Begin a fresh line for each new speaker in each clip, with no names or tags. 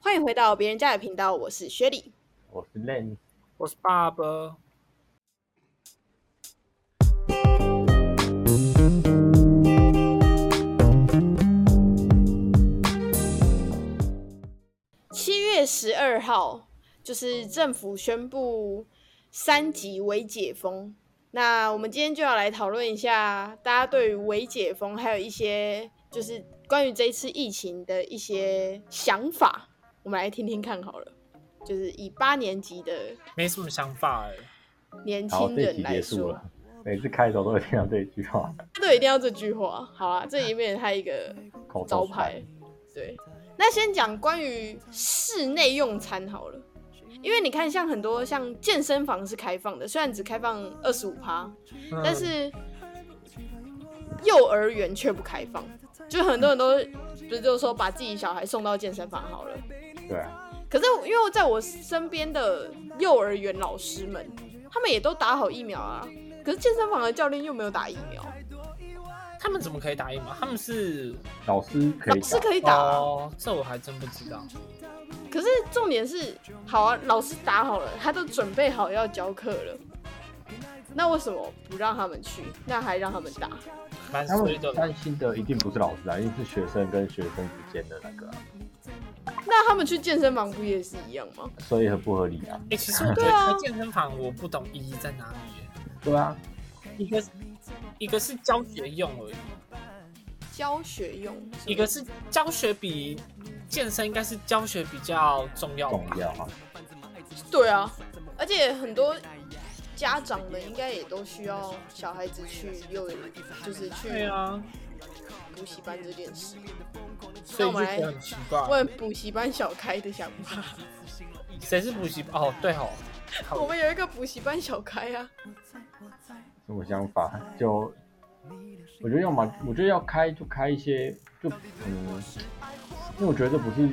欢迎回到别人家的频道，我是雪莉。
我是 Len，
我是爸爸。
七月十二号，就是政府宣布三级微解封。那我们今天就要来讨论一下大家对于微解封，还有一些就是关于这一次疫情的一些想法。我们来听听看好了，就是以八年级的
没什么想法哎、
年
好，
轻
这一
人
集
来
结束
说，
了。每次开头都会听到这一句话，
他都一定要这句话。好啊，这里面他一个
口头
招
禅
牌。对，那先讲关于室内用餐好了，因为你看，像很多像健身房是开放的，虽然只开放二十五趴，
嗯
但是幼儿园却不开放，就很多人都不是就说把自己小孩送到健身房好了。
对啊，
可是因为在我身边的幼儿园老师们，他们也都打好疫苗啊，可是健身房的教练又没有打疫苗，
他们怎么可以打疫苗？他们是
老师可以
老师
打，
可以打啊、
哦，这我还真不知道。
可是重点是，好啊，老师打好了，他都准备好要教课了，那为什么不让他们去？那还让他们打？
蛮
他
衰
们
的，
担心的一定不是老师啊，一定是学生跟学生之间的那个、啊，
那他们去健身房不也是一样吗？
所以很不合理啊。
哎、其实我觉
对啊
得健身房我不懂意义在哪里耶、
对啊，
一个一个是教学用而已，
教学用是
一个是教学比健身应该是教学比较重要
重
吧？
要啊，
对啊，而且很多家长们应该也都需要小孩子去幼儿，就是
对
去
啊，
补习班这件事。
所以就觉得很奇怪。
问补习班小开的想法，
谁是补习班？哦，对哦，好
我们有一个补习班小开啊，
什么想法？就我觉得要么，我觉得要开就开一些，就嗯，因为我觉得这不是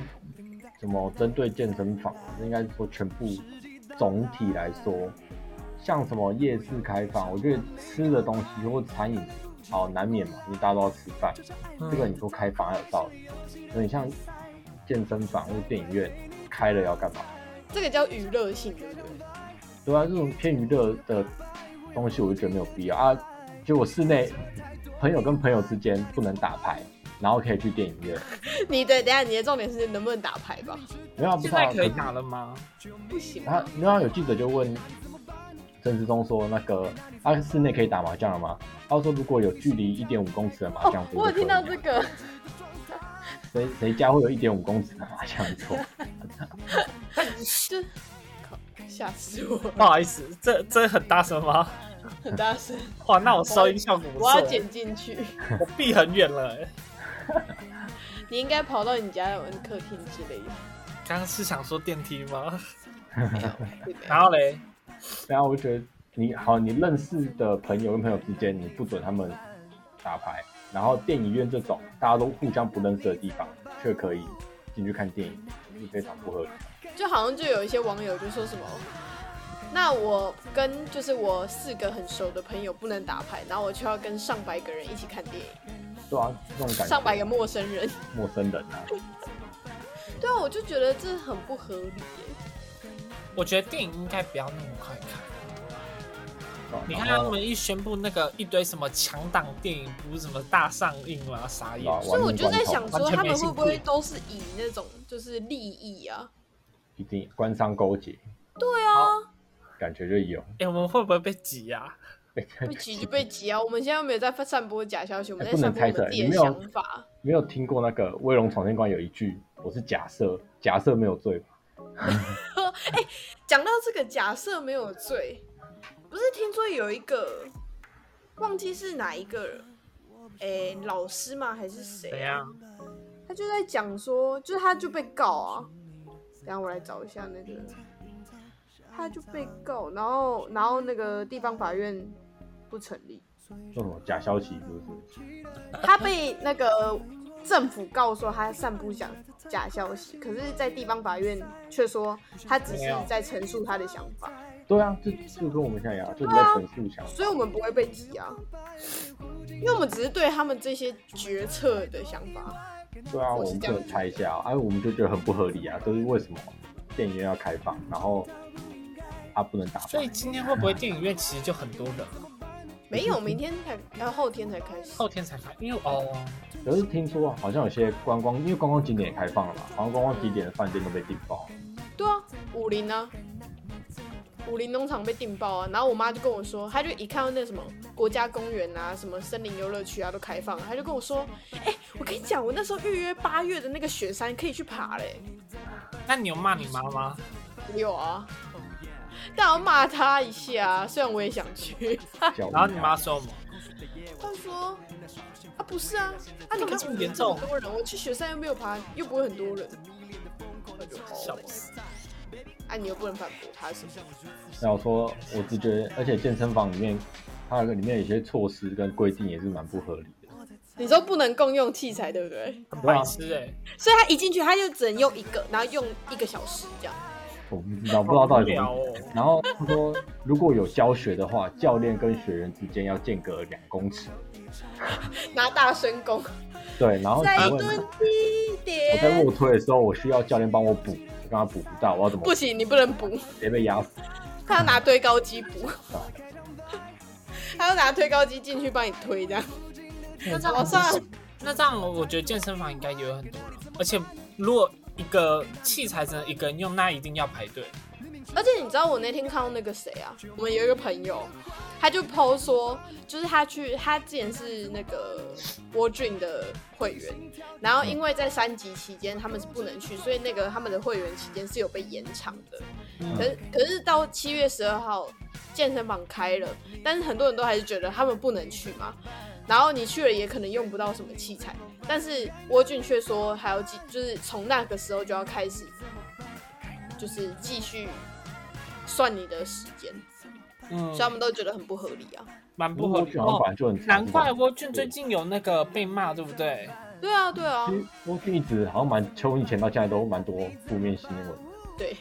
什么针对健身房，应该是说全部总体来说，像什么夜市开放，我觉得吃的东西或餐饮，好难免嘛，因为大家都要吃饭，
嗯
这个你说开放还有道理。那你像健身房或电影院开了要干嘛？
这个叫娱乐性，对不对？
对啊，这种偏娱乐的东西，我就觉得没有必要啊。结果室内朋友跟朋友之间不能打牌，然后可以去电影院，
你的等一下你的重点是能不能打牌吧？
没有啊，不
现
是啊
在可以打了吗？
不行啊
啊
然后，然后有记者就问陈志忠说：“那个啊，室内可以打麻将了吗？”他说：“如果有距离一点五公尺的麻将
哦，
桌，
我有听到这，个，
谁谁家会有一点五公尺的麻将桌？
就靠吓死我，
不好意思，这这很大声吗？
很大声，
哇，那我收音效果不
我要
错，欸
剪进去。
我避很远了、欸。
你应该跑到你家的客厅之类 的。
刚刚是想说电梯吗？
没有对没有
然后嘞，
然啊后我就觉得你好，你认识的朋友跟朋友之间，你不准他们打牌，然后电影院这种大家都互相不认识的地方，却可以进去看电影，是非常不合理。
就好像就有一些网友就说什么，那我跟就是我四个很熟的朋友不能打牌，然后我却要跟上百个人一起看电影，
对啊，这种感
上百
觉，
个陌生人。
陌生人啊，
对啊，我就觉得这很不合理耶。
我觉得电影应该不要那么快看。
对啊
你看
然
他
后
们一宣布那个一堆什么强档电影，不是什么大上映啦，傻眼
对。啊
所以我就在想
完
说，
全
他
没
们
兴
会
趣
不会都是以那种就是利益啊？
一定官商勾结，
对啊。
感觉就有。哎
哎、我们会不会被挤啊呀、
被挤就被挤啊！我们现在又没有在散播假消息，我们在
哎不
散
能
播我
猜测
们自己的
你没有
想法。
没有听过那个《威龙闯天关》有一句，我是假设，假设没有罪吧？
讲到这个假设没有罪，不是听说有一个忘记是哪一个了，哎、老师吗还是
怎
谁啊？
样？
他就在讲说，就是他就被告啊。等一下我来找一下那个，他就被告，然后然后那个地方法院不成立，
说什么假消息是不是？
他被那个政府告说他散布假假消息，可是，在地方法院却说他只是在陈述他的想法，
对啊，这就跟我们现在一样，就你在
啊
陈述想法。
所以我们不会被挤啊，因为我们只是对他们这些决策的想法
对啊，
我
我
是
们
这
不
样
能拆一下啊，哎、我们就觉得很不合理啊，就是为什么电影院要开放，然后啊不能打
所
饭
以，今天会不会电影院其实就很多人了，
没有，明天才，要后天才开始。
后天才开？因为哦，
可是听说好像有些观光，因为观光景点也开放了嘛，好像观光景点的饭店都被订爆，
对啊，武林啊，武林农场被订爆啊。然后我妈就跟我说，她就一看到那什么国家公园啊、什么森林游乐区啊都开放了，她就跟我说，哎、我跟你讲，我那时候预约八月的那个雪山可以去爬嘞、
那你有骂你妈吗？
有啊，但我骂她一下、啊，虽然我也想去。
叫啊
然后你妈说什么？
她说，啊不是啊，啊你
这个
看
这么严重
很多人，我去雪山又没有爬，又不会很多人。我就
笑
哦
死！
啊，你又不能反驳她什么？
然后说，我只觉得，而且健身房里面，它里面有些措施跟规定也是蛮不合理的。
你说不能共用器材，对不对？
很
对啊
白痴哎、
所以他一进去他就只能用一个，然后用一个小时这样。
我不知道，不知道到底怎
好无
么
聊哦。
然后他说，如果有教学的话，教练跟学员之间要间隔两公尺。
拿大声功，
对，然后
再
请问
蹲低一
我在
点。
卧推的时候，我需要教练帮我补，我刚刚补不到，我要怎么
不行，你不能补，
直接被压死？
他要拿推高机补，他要拿推高机进去帮你推这样。哦
那这
早上啊
样，那这样，我觉得健身房应该也有很多人，而且如果一个器材只能一个人用，那一定要排队。
而且你知道我那天看到那个谁啊，我们有一个朋友，他就 PO 说，就是他去他之前是那个 w o r d r e a m 的会员，然后因为在三级期间他们是不能去，所以那个他们的会员期间是有被延长的。可是可是到七月十二号健身房开了，但是很多人都还是觉得他们不能去嘛。然后你去了也可能用不到什么器材，但是沃俊却说还要继，就是从那个时候就要开始，就是继续算你的时间，
嗯
所以他们都觉得很不合理啊。
蛮不
不
合
过
理的
好像本
哦。
来就很长
难怪
是吧
沃俊最近有那个被骂，对不对？
对啊，对啊
其，实我一直好像蛮从以前到现在都蛮多负面新闻，
对。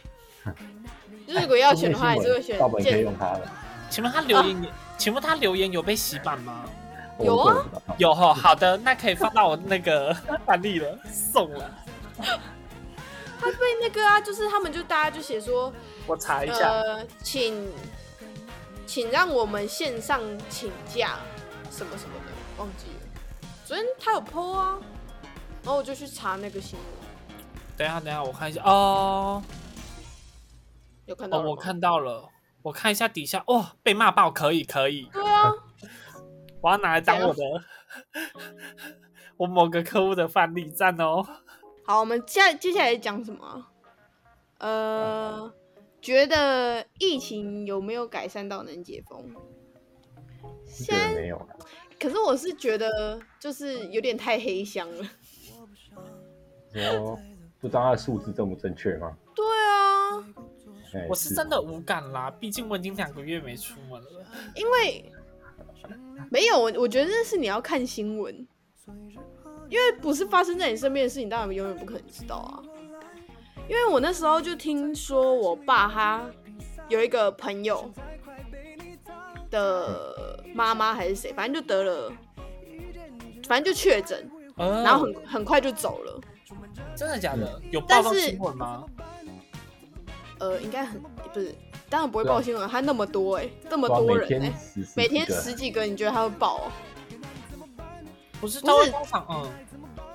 就是如果要
负
选
面
的话，还
新
是会
闻
选
大本可以
健
用它的，
请问他留言 也，请问他留言有被洗版吗？
有啊
我做不到。
有哦，好的，那可以放到我那个 案例了，送了，
他被那个啊，就是他们就大家就写说，
我查一下。
呃，请请让我们线上请假什么什么的，忘记了。昨天他有 PO 啊，然后我就去查那个新闻，
等一下，等一下，我看一下哦。
有看到
哦，
了吗
我看到了，我看一下底下，哦，被骂爆，可以，可以，
对啊，
我要拿来当我的 我某个客户的范例赞哦。
好，我们下接下来讲什么啊？呃，觉得疫情有没有改善到能解封？
是觉得没有啊，
可是我是觉得就是有点太黑箱了。
说不知道它的数字正不正确吗？
对啊，
哎
我是真的无感啦，毕竟我已经两个月没出门了。
因为没有，我我觉得那是你要看新闻，因为不是发生在你身边的事情，当然永远不可能知道啊。因为我那时候就听说我爸他有一个朋友的妈妈还是谁，反正就得了，反正就确诊，
嗯
呃，
然后很很快就走了。
真的假的？有
但
报道
是
新闻吗？
呃，应该很不是，当然不会报新闻，他那么多哎、这么
啊对啊
多
每
人哎、
天十
每天
几个
十几个，你觉得他会报、哦？
不是，
不
都会
是
报场，嗯，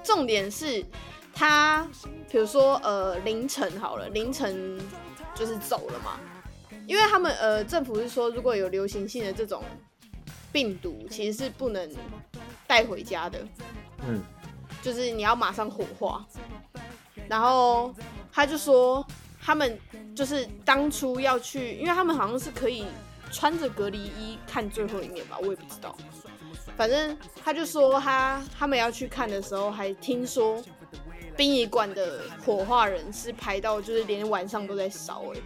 重点是他，比如说呃凌晨好了，凌晨就是走了嘛，因为他们呃政府是说如果有流行性的这种病毒，其实是不能带回家的，
嗯，
就是你要马上火化。然后他就说他们就是当初要去，因为他们好像是可以穿着隔离衣看最后一面吧，我也不知道。反正他就说他他们要去看的时候，还听说殡仪馆的火化人是排到就是连晚上都在烧哎、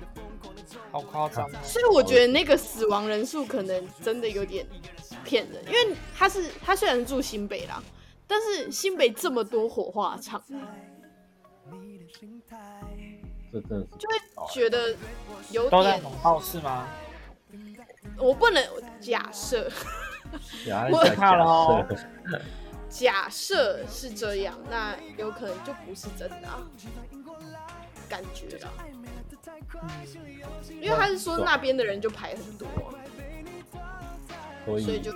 好夸张
嗯
哦。
所以我觉得那个死亡人数可能真的有点骗人，因为他是他虽然住新北啦，但是新北这么多火化场，
这真的是
就会觉得有
都在
点
广告是吗？
我不能假设，
原来
我
啊在
怕
假
了哦
设，
假设是这样，那有可能就不是真的、啊，感觉啦。
嗯
因为他是说那边的人就排很多，
所
所以
以
就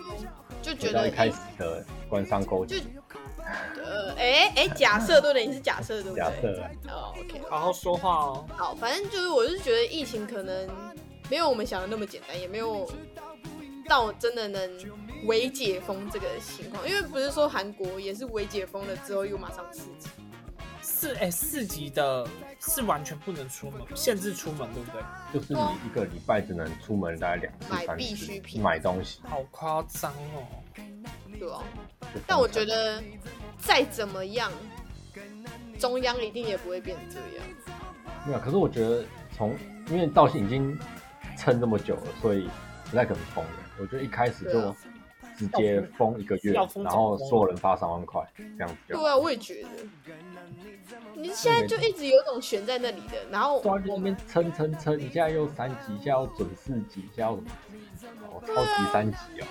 就觉
回到
得
一开始的官商勾
就
结
呃，哎、哎、假设对不对？你是假设对不对？
假设，啊
哦，OK，
好好说话哦。
好，反正就是我是觉得疫情可能没有我们想的那么简单，也没有到真的能微解封这个情况，因为不是说韩国也是微解封了之后又马上刺激，
四哎四级的是完全不能出门，限制出门，对不对？
就是你一个礼拜只能出门大概两次
啊买
三
必需
次
品
买东西，
好夸张哦！
对吧？
就
但我
封城
觉得再怎么样，中央一定也不会变这样。
没有，可是我觉得从因为到已经撑这么久了，所以不太可能封了。我觉得一开始
对
就
啊
直接封一个月，
要封
然后
怎么封啊
所有人发三万块这样子就
对
好。
啊，我也觉得。你现在就一直有种悬在那里的，然后
对啊，就那边撑撑撑，一下又三级，一下又准四级，一下又什么？哦，超级三级哦，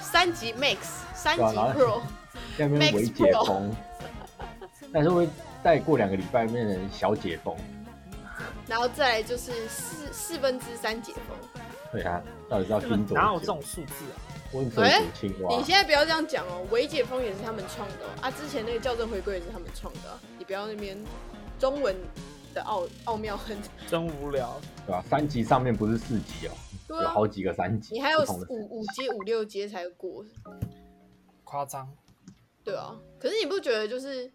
三级 Max、三级
对啊然后
Pro，
下面
Max
微解封，但是会再过两个礼拜变成小解封。
然后再来就是四四分之三解封。
对啊，到底是要
根本
盯多
哪有
久
这种？数字啊？
温水
哎
煮青蛙
你，现在不要这样讲哦，伪解封也是他们创的、哦、啊，之前那个校正回归也是他们创的啊、你不要那边中文的奥奥妙很
真无聊。
对吧、三级上面不是四级哦，
对
有
啊，
好几个三级，
你还有
不同的
五五阶五六阶才过，
夸张，
对啊。可是你不觉得就是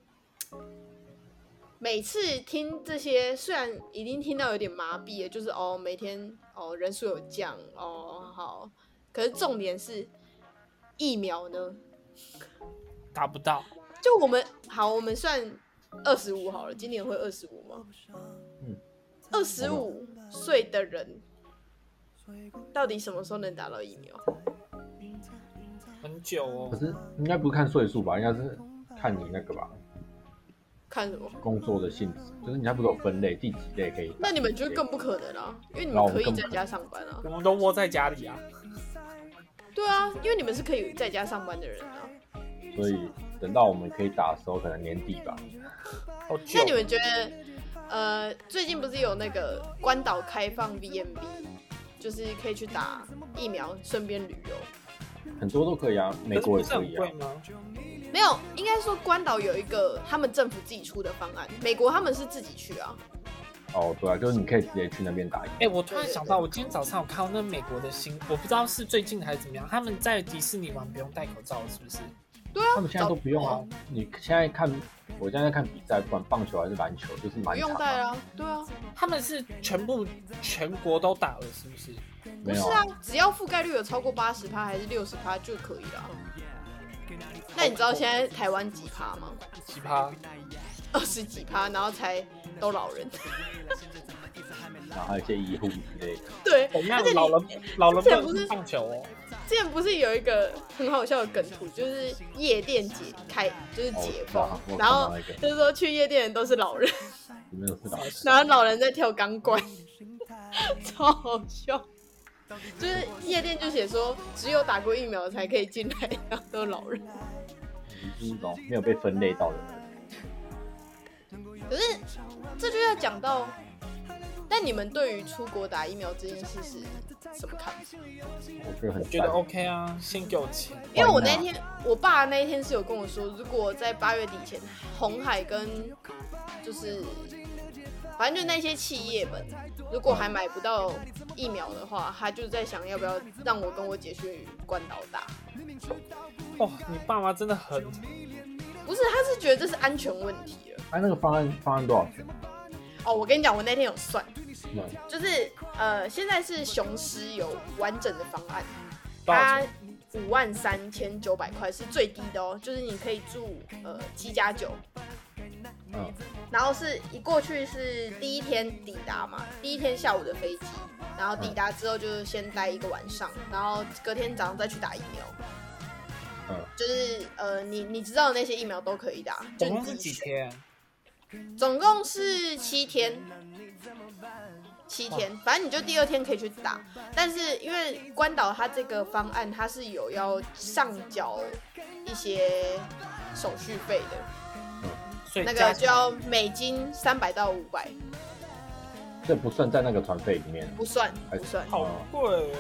每次听这些，虽然已经听到有点麻痹了，就是哦每天哦人数有降哦好，可是重点是疫苗呢，
达不到。
就我们好，我们算二十五好了，今年会二十五吗？
嗯
二十五岁的人到底什么时候能打到疫苗？
很久
可
哦，
是应该不是看岁数吧，应该是看你那个吧，
看什么？
工作的性质，就是你还不是有分类，第几类可以打？
那你们就更不可能啦、因为你
那
们
我们
可以
更
在
不可
家上班啊。
我们都窝在家里啊。
对啊，因为你们是可以在家上班的人啊。
所以等到我们可以打的时候，可能年底吧。
好久
啊
那你们觉得，呃，最近不是有那个关岛开放 VMB，就是可以去打疫苗，顺便旅游？
很多都可以啊，美国
不
也
是
可
很
以啊
贵。吗？
没有，应该说关岛有一个他们政府自己出的方案，美国他们是自己去啊。
哦，对啊，就是你可以直接去那边打疫
哎、我突然想到，我今天早上有看到那美国的新，我不知道是最近还是怎么样，他们在迪士尼玩不用戴口罩了，是不是？
对啊，
他们现在都不用啊。你现在看，我现在看比赛，不管棒球还是篮球，就是
不
满
用
场啊、
戴啊，对啊，
他们是全部全国都打了，是不是？
不
没有
是啊，，只要覆盖率有超过八十趴还是六十趴就可以了啊。那你知道现在台湾几趴吗？
奇葩，
二十几趴，然后才都老人。 啊
然后还有一些医护之类的。
对，
怎
而
样
且？你
哦老人老人
之前
不
不是
能棒球哦，
之前不是有一个很好笑的梗图，就是夜店解开就是
哦
解
我知
封，
道我有
然后
看到那个
就是说去夜店的都是老人，
有没有是打？
然后老人在跳钢管，超好笑。就是夜店就写说，只有打过疫苗才可以进来，然后都是老人。
就是那种没有被分类到的人。
可是这就要讲到，但你们对于出国打疫苗这件事是什么看法？
我觉得很
觉得
赞
OK 啊，先给我钱。
因为我那天，我爸那一天是有跟我说，如果在八月底前，红海跟就是反正就那些企业们，如果还买不到疫苗的话，他就在想要不要让我跟我姐去关岛打。
哦，你爸妈真的很
不是，他是觉得这是安全问题了。
哎、那个方案方案多少钱？
哦，我跟你讲，我那天有算，
嗯，
就是呃，现在是雄狮有完整的方案，
多少
它
钱？
五万三千九百块是最低的哦，就是你可以住呃七加九，
嗯，
然后是一过去是第一天抵达嘛，第一天下午的飞机，然后抵达之后就是先待一个晚上，然后隔天早上再去打疫苗。
嗯
就是呃，你你知道的那些疫苗都可以打，就
总共
你
是
自己
几
选？
天？
总共是七天，七天，反正你就第二天可以去打。但是因为关岛它这个方案，它是有要上缴一些手续费的，
所以
那
加
个
起
就
来
要美金三百到五百，
这不算在那个团费里面。
不算
哎
不算，
好贵哦，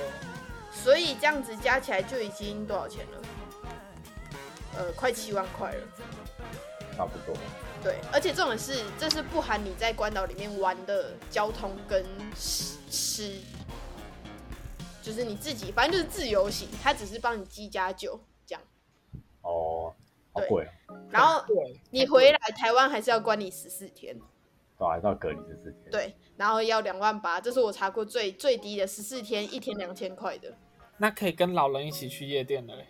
所以这样子加起来就已经多少钱了？呃，快七万块了。
差不多。
对，而且重点是，这是不含你在关岛里面玩的交通跟吃吃，就是你自己，反正就是自由行，它只是帮你积加酒这样。
哦，好
对
贵哦，
然后
对，
你回来台湾还是要关你十四天，
对啊，还是要隔离的事情。，
对，然后要两万八，这是我查过最最低的十四天，一天两千块的。
那可以跟老人一起去夜店了嘞。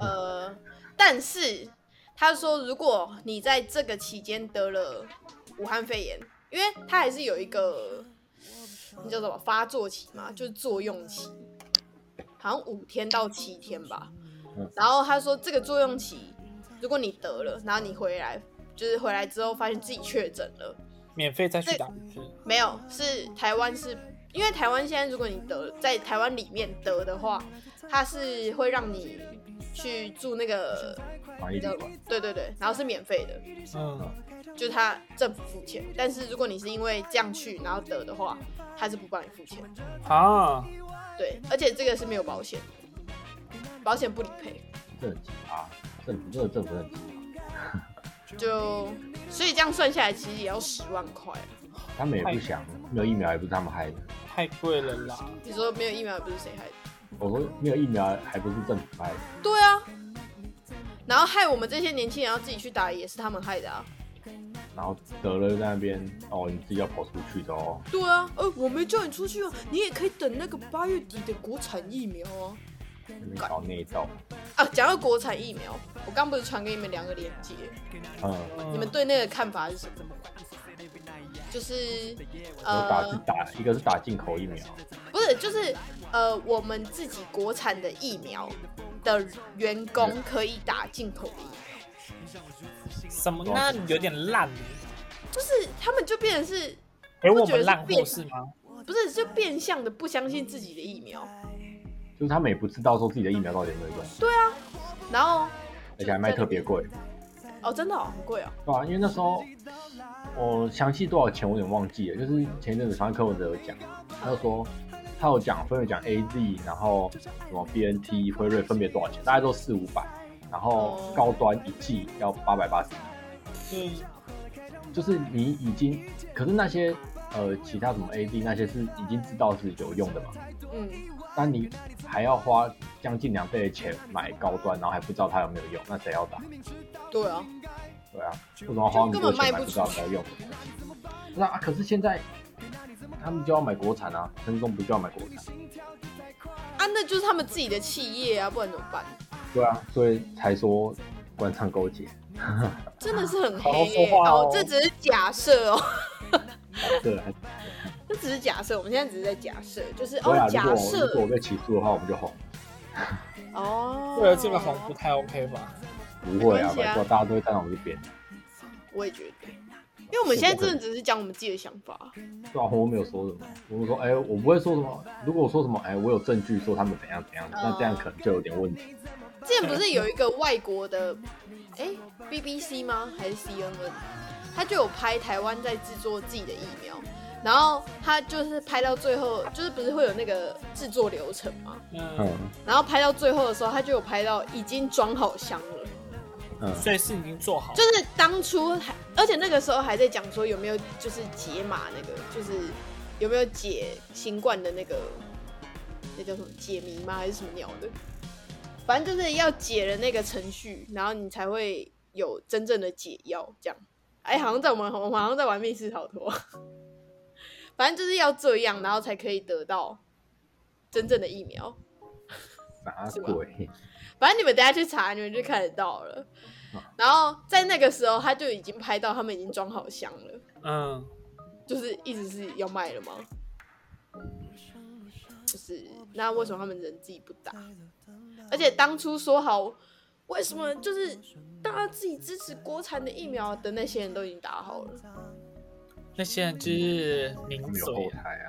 呃，但是他说，如果你在这个期间得了武汉肺炎，因为它还是有一个那叫什么发作期嘛，就是作用期，好像五天到七天吧
嗯。
然后他说，这个作用期，如果你得了，然后你回来，就是回来之后发现自己确诊了，
免费再去
对
打一次，
没有，是台湾是。因为台湾现在，如果你得在台湾里面得的话，它是会让你去住那个
防疫旅馆
对对对，然后是免费的，
嗯，
就是他政府付钱。但是如果你是因为这样去然后得的话，他是不帮你付钱。
啊，
对，而且这个是没有保险的，保险不理赔。
这很奇葩，政府这个政府很奇
就所以这样算下来，其实也要十万块。
葩，他们也不想，没有疫苗也不是他们害的。
太贵了啦。
你说没有疫苗也不是谁害的？
我说没有疫苗还不是政府害的，
对啊，然后害我们这些年轻人要自己去打，也是他们害的啊。
然后得了在那边哦，你自己要跑出去的哦，
对啊，呃，我没叫你出去啊，你也可以等那个八月底的国产疫苗啊。
那边搞内斗。
啊，讲到国产疫苗，我刚不是传给你们两个链接？
嗯，
你们对那个看法是什么？就是
我打是
呃，
打一个是打进口疫苗，
不是，就是呃，我们自己国产的疫苗的员工可以打进口的疫苗，
什么？那有点烂欸，
就是他们就变成是
给
不
我
觉得
们
是
烂货
变
是吗？
不是就变相的不相信自己的疫苗，
就是他们也不知道说自己的疫苗到底有没有用，
然后
而且还卖特别贵，
哦，真的、哦、很贵哦，
对啊，因为那时候我详细多少钱我有点忘记了，就是前一阵子反正柯文哲有讲，他就说他有讲分别讲 A Z，然后什么 B N T、辉瑞分别多少钱，大概都四五百，然后高端一剂要八百八十，
嗯，
就是你已经，可是那些呃其他什么 A Z 那些是已经知道是有用的嘛，
嗯，
但你还要花将近两倍的钱买高端，然后还不知道它有没有用，那谁要打？
对啊，
对啊，为什么要花那么多钱买不到
根
才用？那、啊、可是现在他们就要买国产啊，陈忠不就要买国产？
啊，那就是他们自己的企业啊，不然怎么办？
对啊，所以才说官商勾 结。
真的是很
好
黑
好说
耶、
话哦
哦，这只是假设哦。
对，还
这只是假设，我们现在只是在假设，就是
对啊
哦，，
如
假
果如果我
设
被起诉的话，我们就红。
哦。
为了这个红不太 OK 吧？
不会啊，
没关系啊
拜托，大家都会站在我们这边。
我也觉得，因为我们现在真的只是讲我们自己的想法。
对啊，我没有说什么，我们说，哎、我不会说什么。如果我说什么，哎、我有证据说他们怎样
哦
怎样，那这样可能就有点问题。
之前不是有一个外国的，哎、b b c 吗？还是 CNN？他就有拍台湾在制作自己的疫苗，然后他就是拍到最后，就是不是会有那个制作流程吗？
嗯
嗯，
然后拍到最后的时候，他就有拍到已经装好箱了。
嗯，
所以是已经做好了，
就是当初还，而且那个时候还在讲说有没有就是解码那个，就是有没有解新冠的那个，那叫什么解谜吗？还是什么鸟的？反正就是要解了那个程序，然后你才会有真正的解药。这样，哎，好像在我们我们好像在玩密室逃脱， 反正就是要这样，然后才可以得到真正的疫苗。
啥
是吧
鬼？
反正你们等下去查，你们就看得到了。然后在那个时候，他就已经拍到他们已经装好箱了，
嗯，
就是意思是要卖了吗？就是那为什么他们人自己不打？而且当初说好，为什么就是大家自己支持国产的疫苗的那些人都已经打好了，
那些人就是名
他们有
嘴
后
啊，
台啊。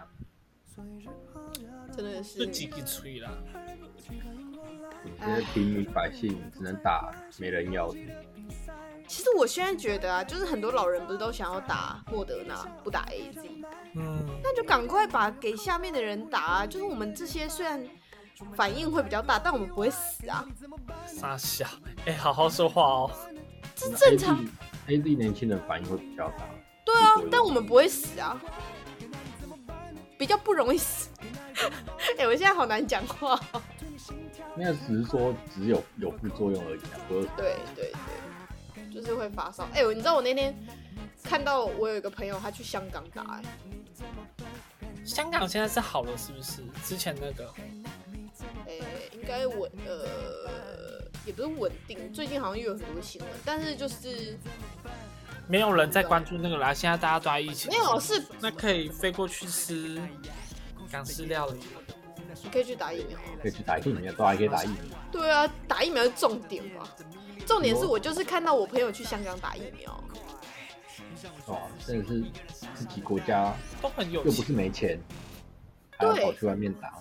真的
就是几个吹啦。
啊
这些平民百姓只能打没人要的。
其实我现在觉得啊，就是很多老人不是都想要打莫德纳，不打 A Z，
嗯，
那就赶快把给下面的人打啊！就是我们这些虽然反应会比较大，但我们不会死啊，
傻笑，哎、好好说话哦。
这正常。
A Z 年轻人反应会比较大，
对啊
不会，
但我们不会死啊，比较不容易死。 哎、我现在好难讲话哦。
那个只是说只有有副作用而已啊，不是
对对对，就是会发烧。哎、我你知道我那天看到我有一个朋友，他去香港打、哎，
香港现在是好了，是不是？之前那个
诶、哎应该稳呃，也不是稳定，最近好像又有很多新闻，但是就是
没有人在关注那个啦，现在大家都在疫情。
没有是
那可以飞过去吃港式料理。
你可以去打疫苗。啊
可以去打疫苗，都还可以打疫苗。
对啊，打疫苗是重点嘛。重点是我就是看到我朋友去香港打疫苗，
哇，哦真的是自己国家
都很有
又不
钱。
是没钱，还要
对
跑去外面打，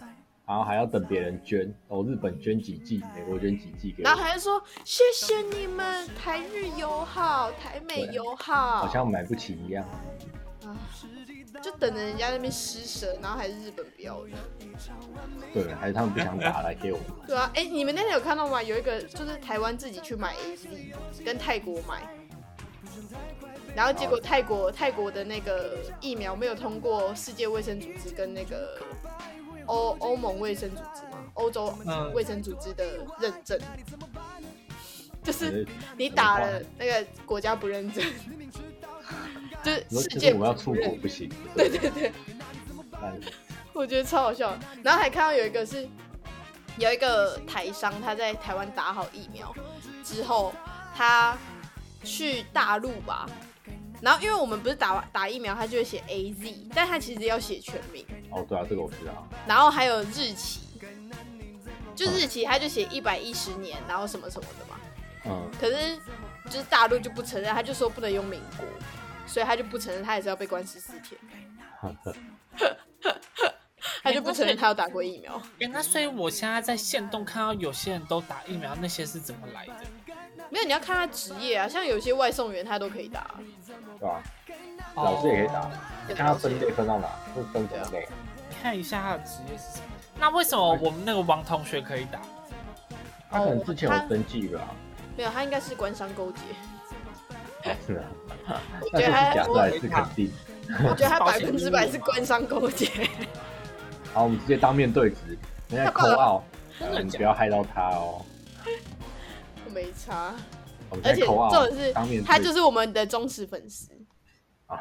然后还要等别人捐，哦，日本捐几剂，美国捐几剂给
然后
我，
还说谢谢你们，台日友好，台美友好，
好像买不起一样。
啊就等着人家那边施舍，然后还是日本不要人。
对，还是他们不想打来 给我们。
对啊，哎、你们那天有看到吗？有一个就是台湾自己去买 A Z，跟泰国买，然后结果泰国泰国的那个疫苗没有通过世界卫生组织跟那个欧欧盟卫生组织嘛，欧洲
嗯
卫生组织的认证，就是
是
你打了那个国家不认证， 就是
你说
世
其
界
实我要出
不认
国不行。对对
对。
但
我觉得超好笑的。然后还看到有一个是有一个台商，他在台湾打好疫苗之后，他去大陆吧。然后，因为我们不是打打疫苗，他就会写 A Z，但他其实要写全名，
哦，对啊，这个我知道。
然后还有日期，就日期他就写一百一十年，然后什么什么的嘛。
嗯，
可是就是大陆就不承认，他就说不能用民国，所以他就不承认，他也是要被关十四天，他就不承认他有打过疫苗。
哎、那所以我现在在县洞看到有些人都打疫苗，那些是怎么来的？
没有，你要看他职业啊，像有些外送员他都可以打，
对吧？老师也可以
哦
打，
对啊
看他分类分到哪，是分什么类。
看一下他的职业是什么。那为什么
哎
我们那个王同学可以打？
他可
哦
能之前有登记 了啊，
没有，他应该是官商 勾结，
是啊，
我
那
觉得
这是
他
假设还是肯定？
我觉得他
保
百
险
分之
业
百
务
是
吗
官商勾结。
好，我们直接当面对质，人家扣奥，
真的
你
假
嗯不
的？
要害到他哦。
我没差，
我们
而
现
且
在扣奥
重，点
当面
是
对
他就是我们的忠实粉丝。
质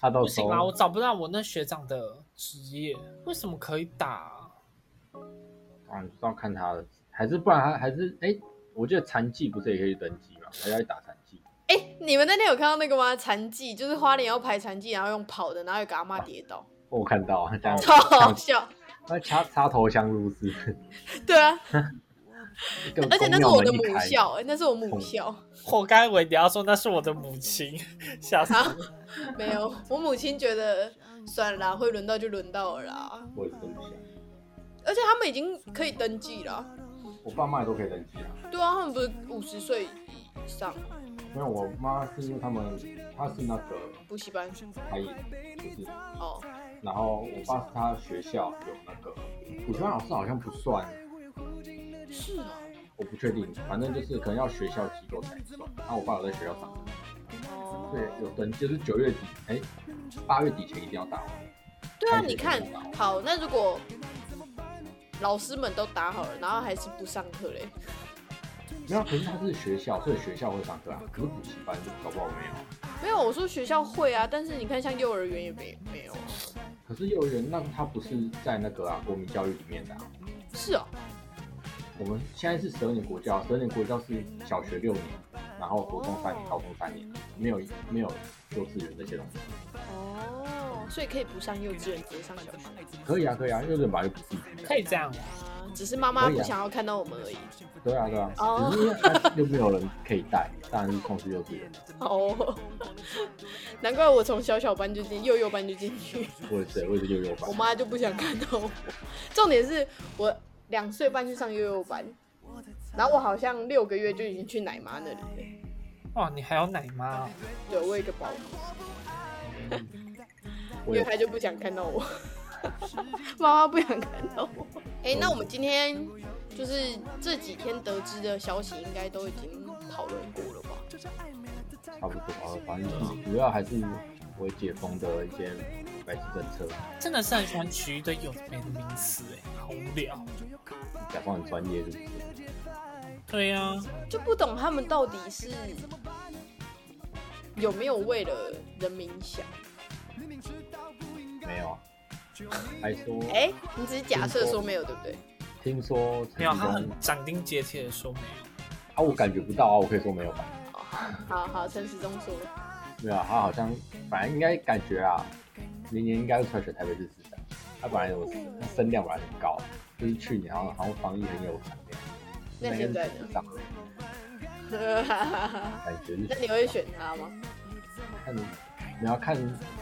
他到
不
时
行啊，我
候
找不到我那学长的职业，为什么可以打啊、
啊，你知道看他的，还是不然他还是哎，我记得残疾不是也可以登记吗？还要去打残疾。
哎、你们那天有看到那个吗？残疾就是花莲要排残疾，然后用跑的，然后有个阿妈跌倒，
我看到 这样，
超好笑。
那插插头香入室，
对啊，
更
而且那是
公
我
庙
的
门一
母
开嗯
校、哎，那是我母校。
活该我一定要说那是我的母亲，吓死
啊，没有，我母亲觉得算了啦，会轮到就轮到了啦。
我也是这么想。
而且他们已经可以登记了啊，
我爸妈也都可以登记啊，
对啊，他们不是五十岁以上
因为我妈是因为他们，她是那个
补习班
台语，就是，
哦，
然后我爸是他学校有那个补习班老师好像不算，
是哦，
我不确定，反正就是可能要学校机构才算。然后我爸有在学校上，对
哦，，
有登记，就是九月底，哎，八月底前一定要打完。
对啊，
开学
你看
就打，
好，那如果老师们都打好了，然后还是不上课嘞，
没有，可是他是学校，所以学校会上课啊，可是补习班就搞不好没有。
没有，我说学校会啊，但是你看像幼儿园也没没有啊，
可是幼儿园那他不是在那个啊国民教育里面的、啊，
是哦，
我们现在是十二年国教，十二年国教是小学六年，然后国中三年，高中三年，没有没有幼稚园这些东西。
哦，所以可以不上幼稚园，直接上小学
可以啊，可以啊，幼稚园本来就不是自己的
可以这样哦，
啊，只是妈妈
可以
不
啊
想要看到我们而已。
对啊，对啊，
哦
只是因为他又没有人可以带，当然是送去幼稚园。
哦， 难怪我从小小班就进，幼幼班就进去，
我也是，我也是幼幼班
我。妈就不想看到我。重点是我两岁半去上幼幼班，然后我好像六个月就已经去奶妈那里了。
哇，你还有奶妈、哦？
对我有一个保姆，因
我
为
也
他就不想看到我， 妈妈不想看到我。哎、那我们今天就是这几天得知的消息，应该都已经讨论过了吧？
差不多啊，反正主要还是我解封的一些白纸政策，
真的是很喜欢取一堆有的没的名词，哎，好无聊。
假装很专业是不是？
对啊呀、
就不懂他们到底是有没有为了人民想。
没有啊，还说
哎、你只是假设说没有，对不对？
听说陈
没有，
时
他
中
很斩钉截铁的说没有。
啊，我感觉不到啊，我可以说没有吧？
好好，陈时中 说了，
没有啊，他好像反正应该感觉啊，明年应该会出来选台北市市长，他本来有声量本来很高，就是去年好像好像防疫很有产量，
那现在
市长
呢？
感觉是
那你会选他吗？
看你要看，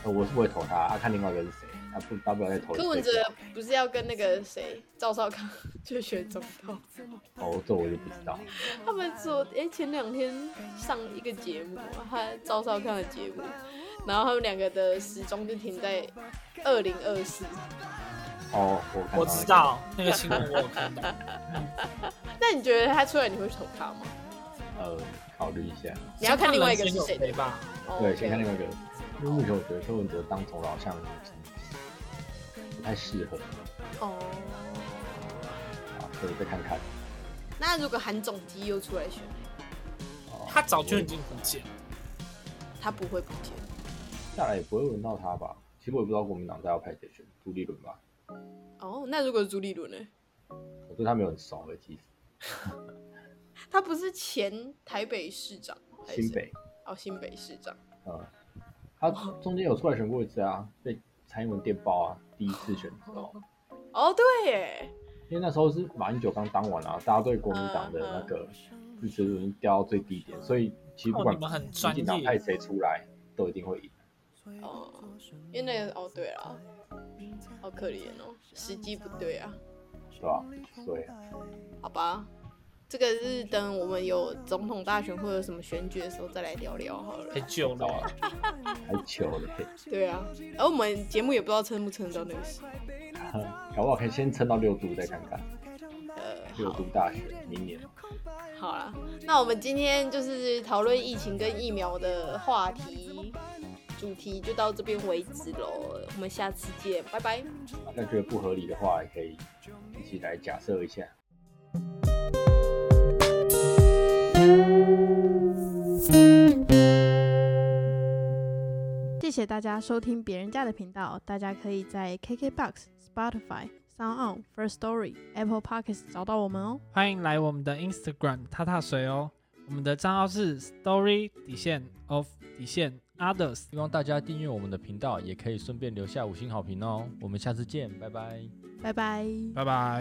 呃我是不会投他，啊看另外一个是谁，啊不大不了再投
柯文哲
谁
不是要跟那个谁赵少康去选总统？
哦，这我就不知道。
他们说，哎、前两天上一个节目，他赵少康的节目，然后他们两个的时钟就停在二零二四。
哦，我看到
我
了
知，道那个新闻我有看到，
那你觉得他出来你会投他吗？
呃，考虑一下。
你要看另外一个是谁
先看人
的
生有谁吧？
哦
对，
，OK
先看另外一个，因为目前我觉得柯文哲当总统好像不太适合
哦。
啊，所以再看看。
那如果韩总机又出来选，
哦
他早就已经不见了。
他不会不见。
下来也不会轮到他吧？其实我也不知道国民党在要派谁选，朱立伦吧？
哦，那如果朱立伦呢？
我对他没有很熟诶、其实
他不是前台北市长还是
新北，
哦新北市长？
嗯，他中间有出来选过一次啊，被蔡英文电报啊，第一次选的时候，
哦，对耶，
因为那时候是马英九刚当完啊，大家对国民党的那个支持度已经掉到最低点，所以其实不
哦，
管
你们很
民
专
进党派
业，
谁出来，都一定会赢。
哦，因为那个哦对啊，好可怜哦，时机不对啊，
是吧？对，
好吧，这个是等我们有总统大选或者什么选举的时候再来聊聊好了
太。久
到
了
了。， 还糗嘞，
对啊，而我们节目也不知道撑不撑得到那个时，
搞不好可以先撑到六度再看看，
呃，
六
好
度，大学明年
好啦，那我们今天就是讨论疫情跟疫苗的话题。主题就到这边为止喽，我们下次见，拜拜。
啊，那觉得不合理的话，也可以一起来假设一下。
谢谢大家收听别人家的频道，大家可以在 KKBox、Spotify、Sound On、First Story、Apple Podcasts 找到我们哦。
欢迎来我们的 Instagram 踏踏水哦，我们的账号是 Story 底线 of 底线 Others。
希望大家订阅我们的频道，也可以顺便留下五星好评哦。我们下次见，拜拜。
拜拜。
拜拜。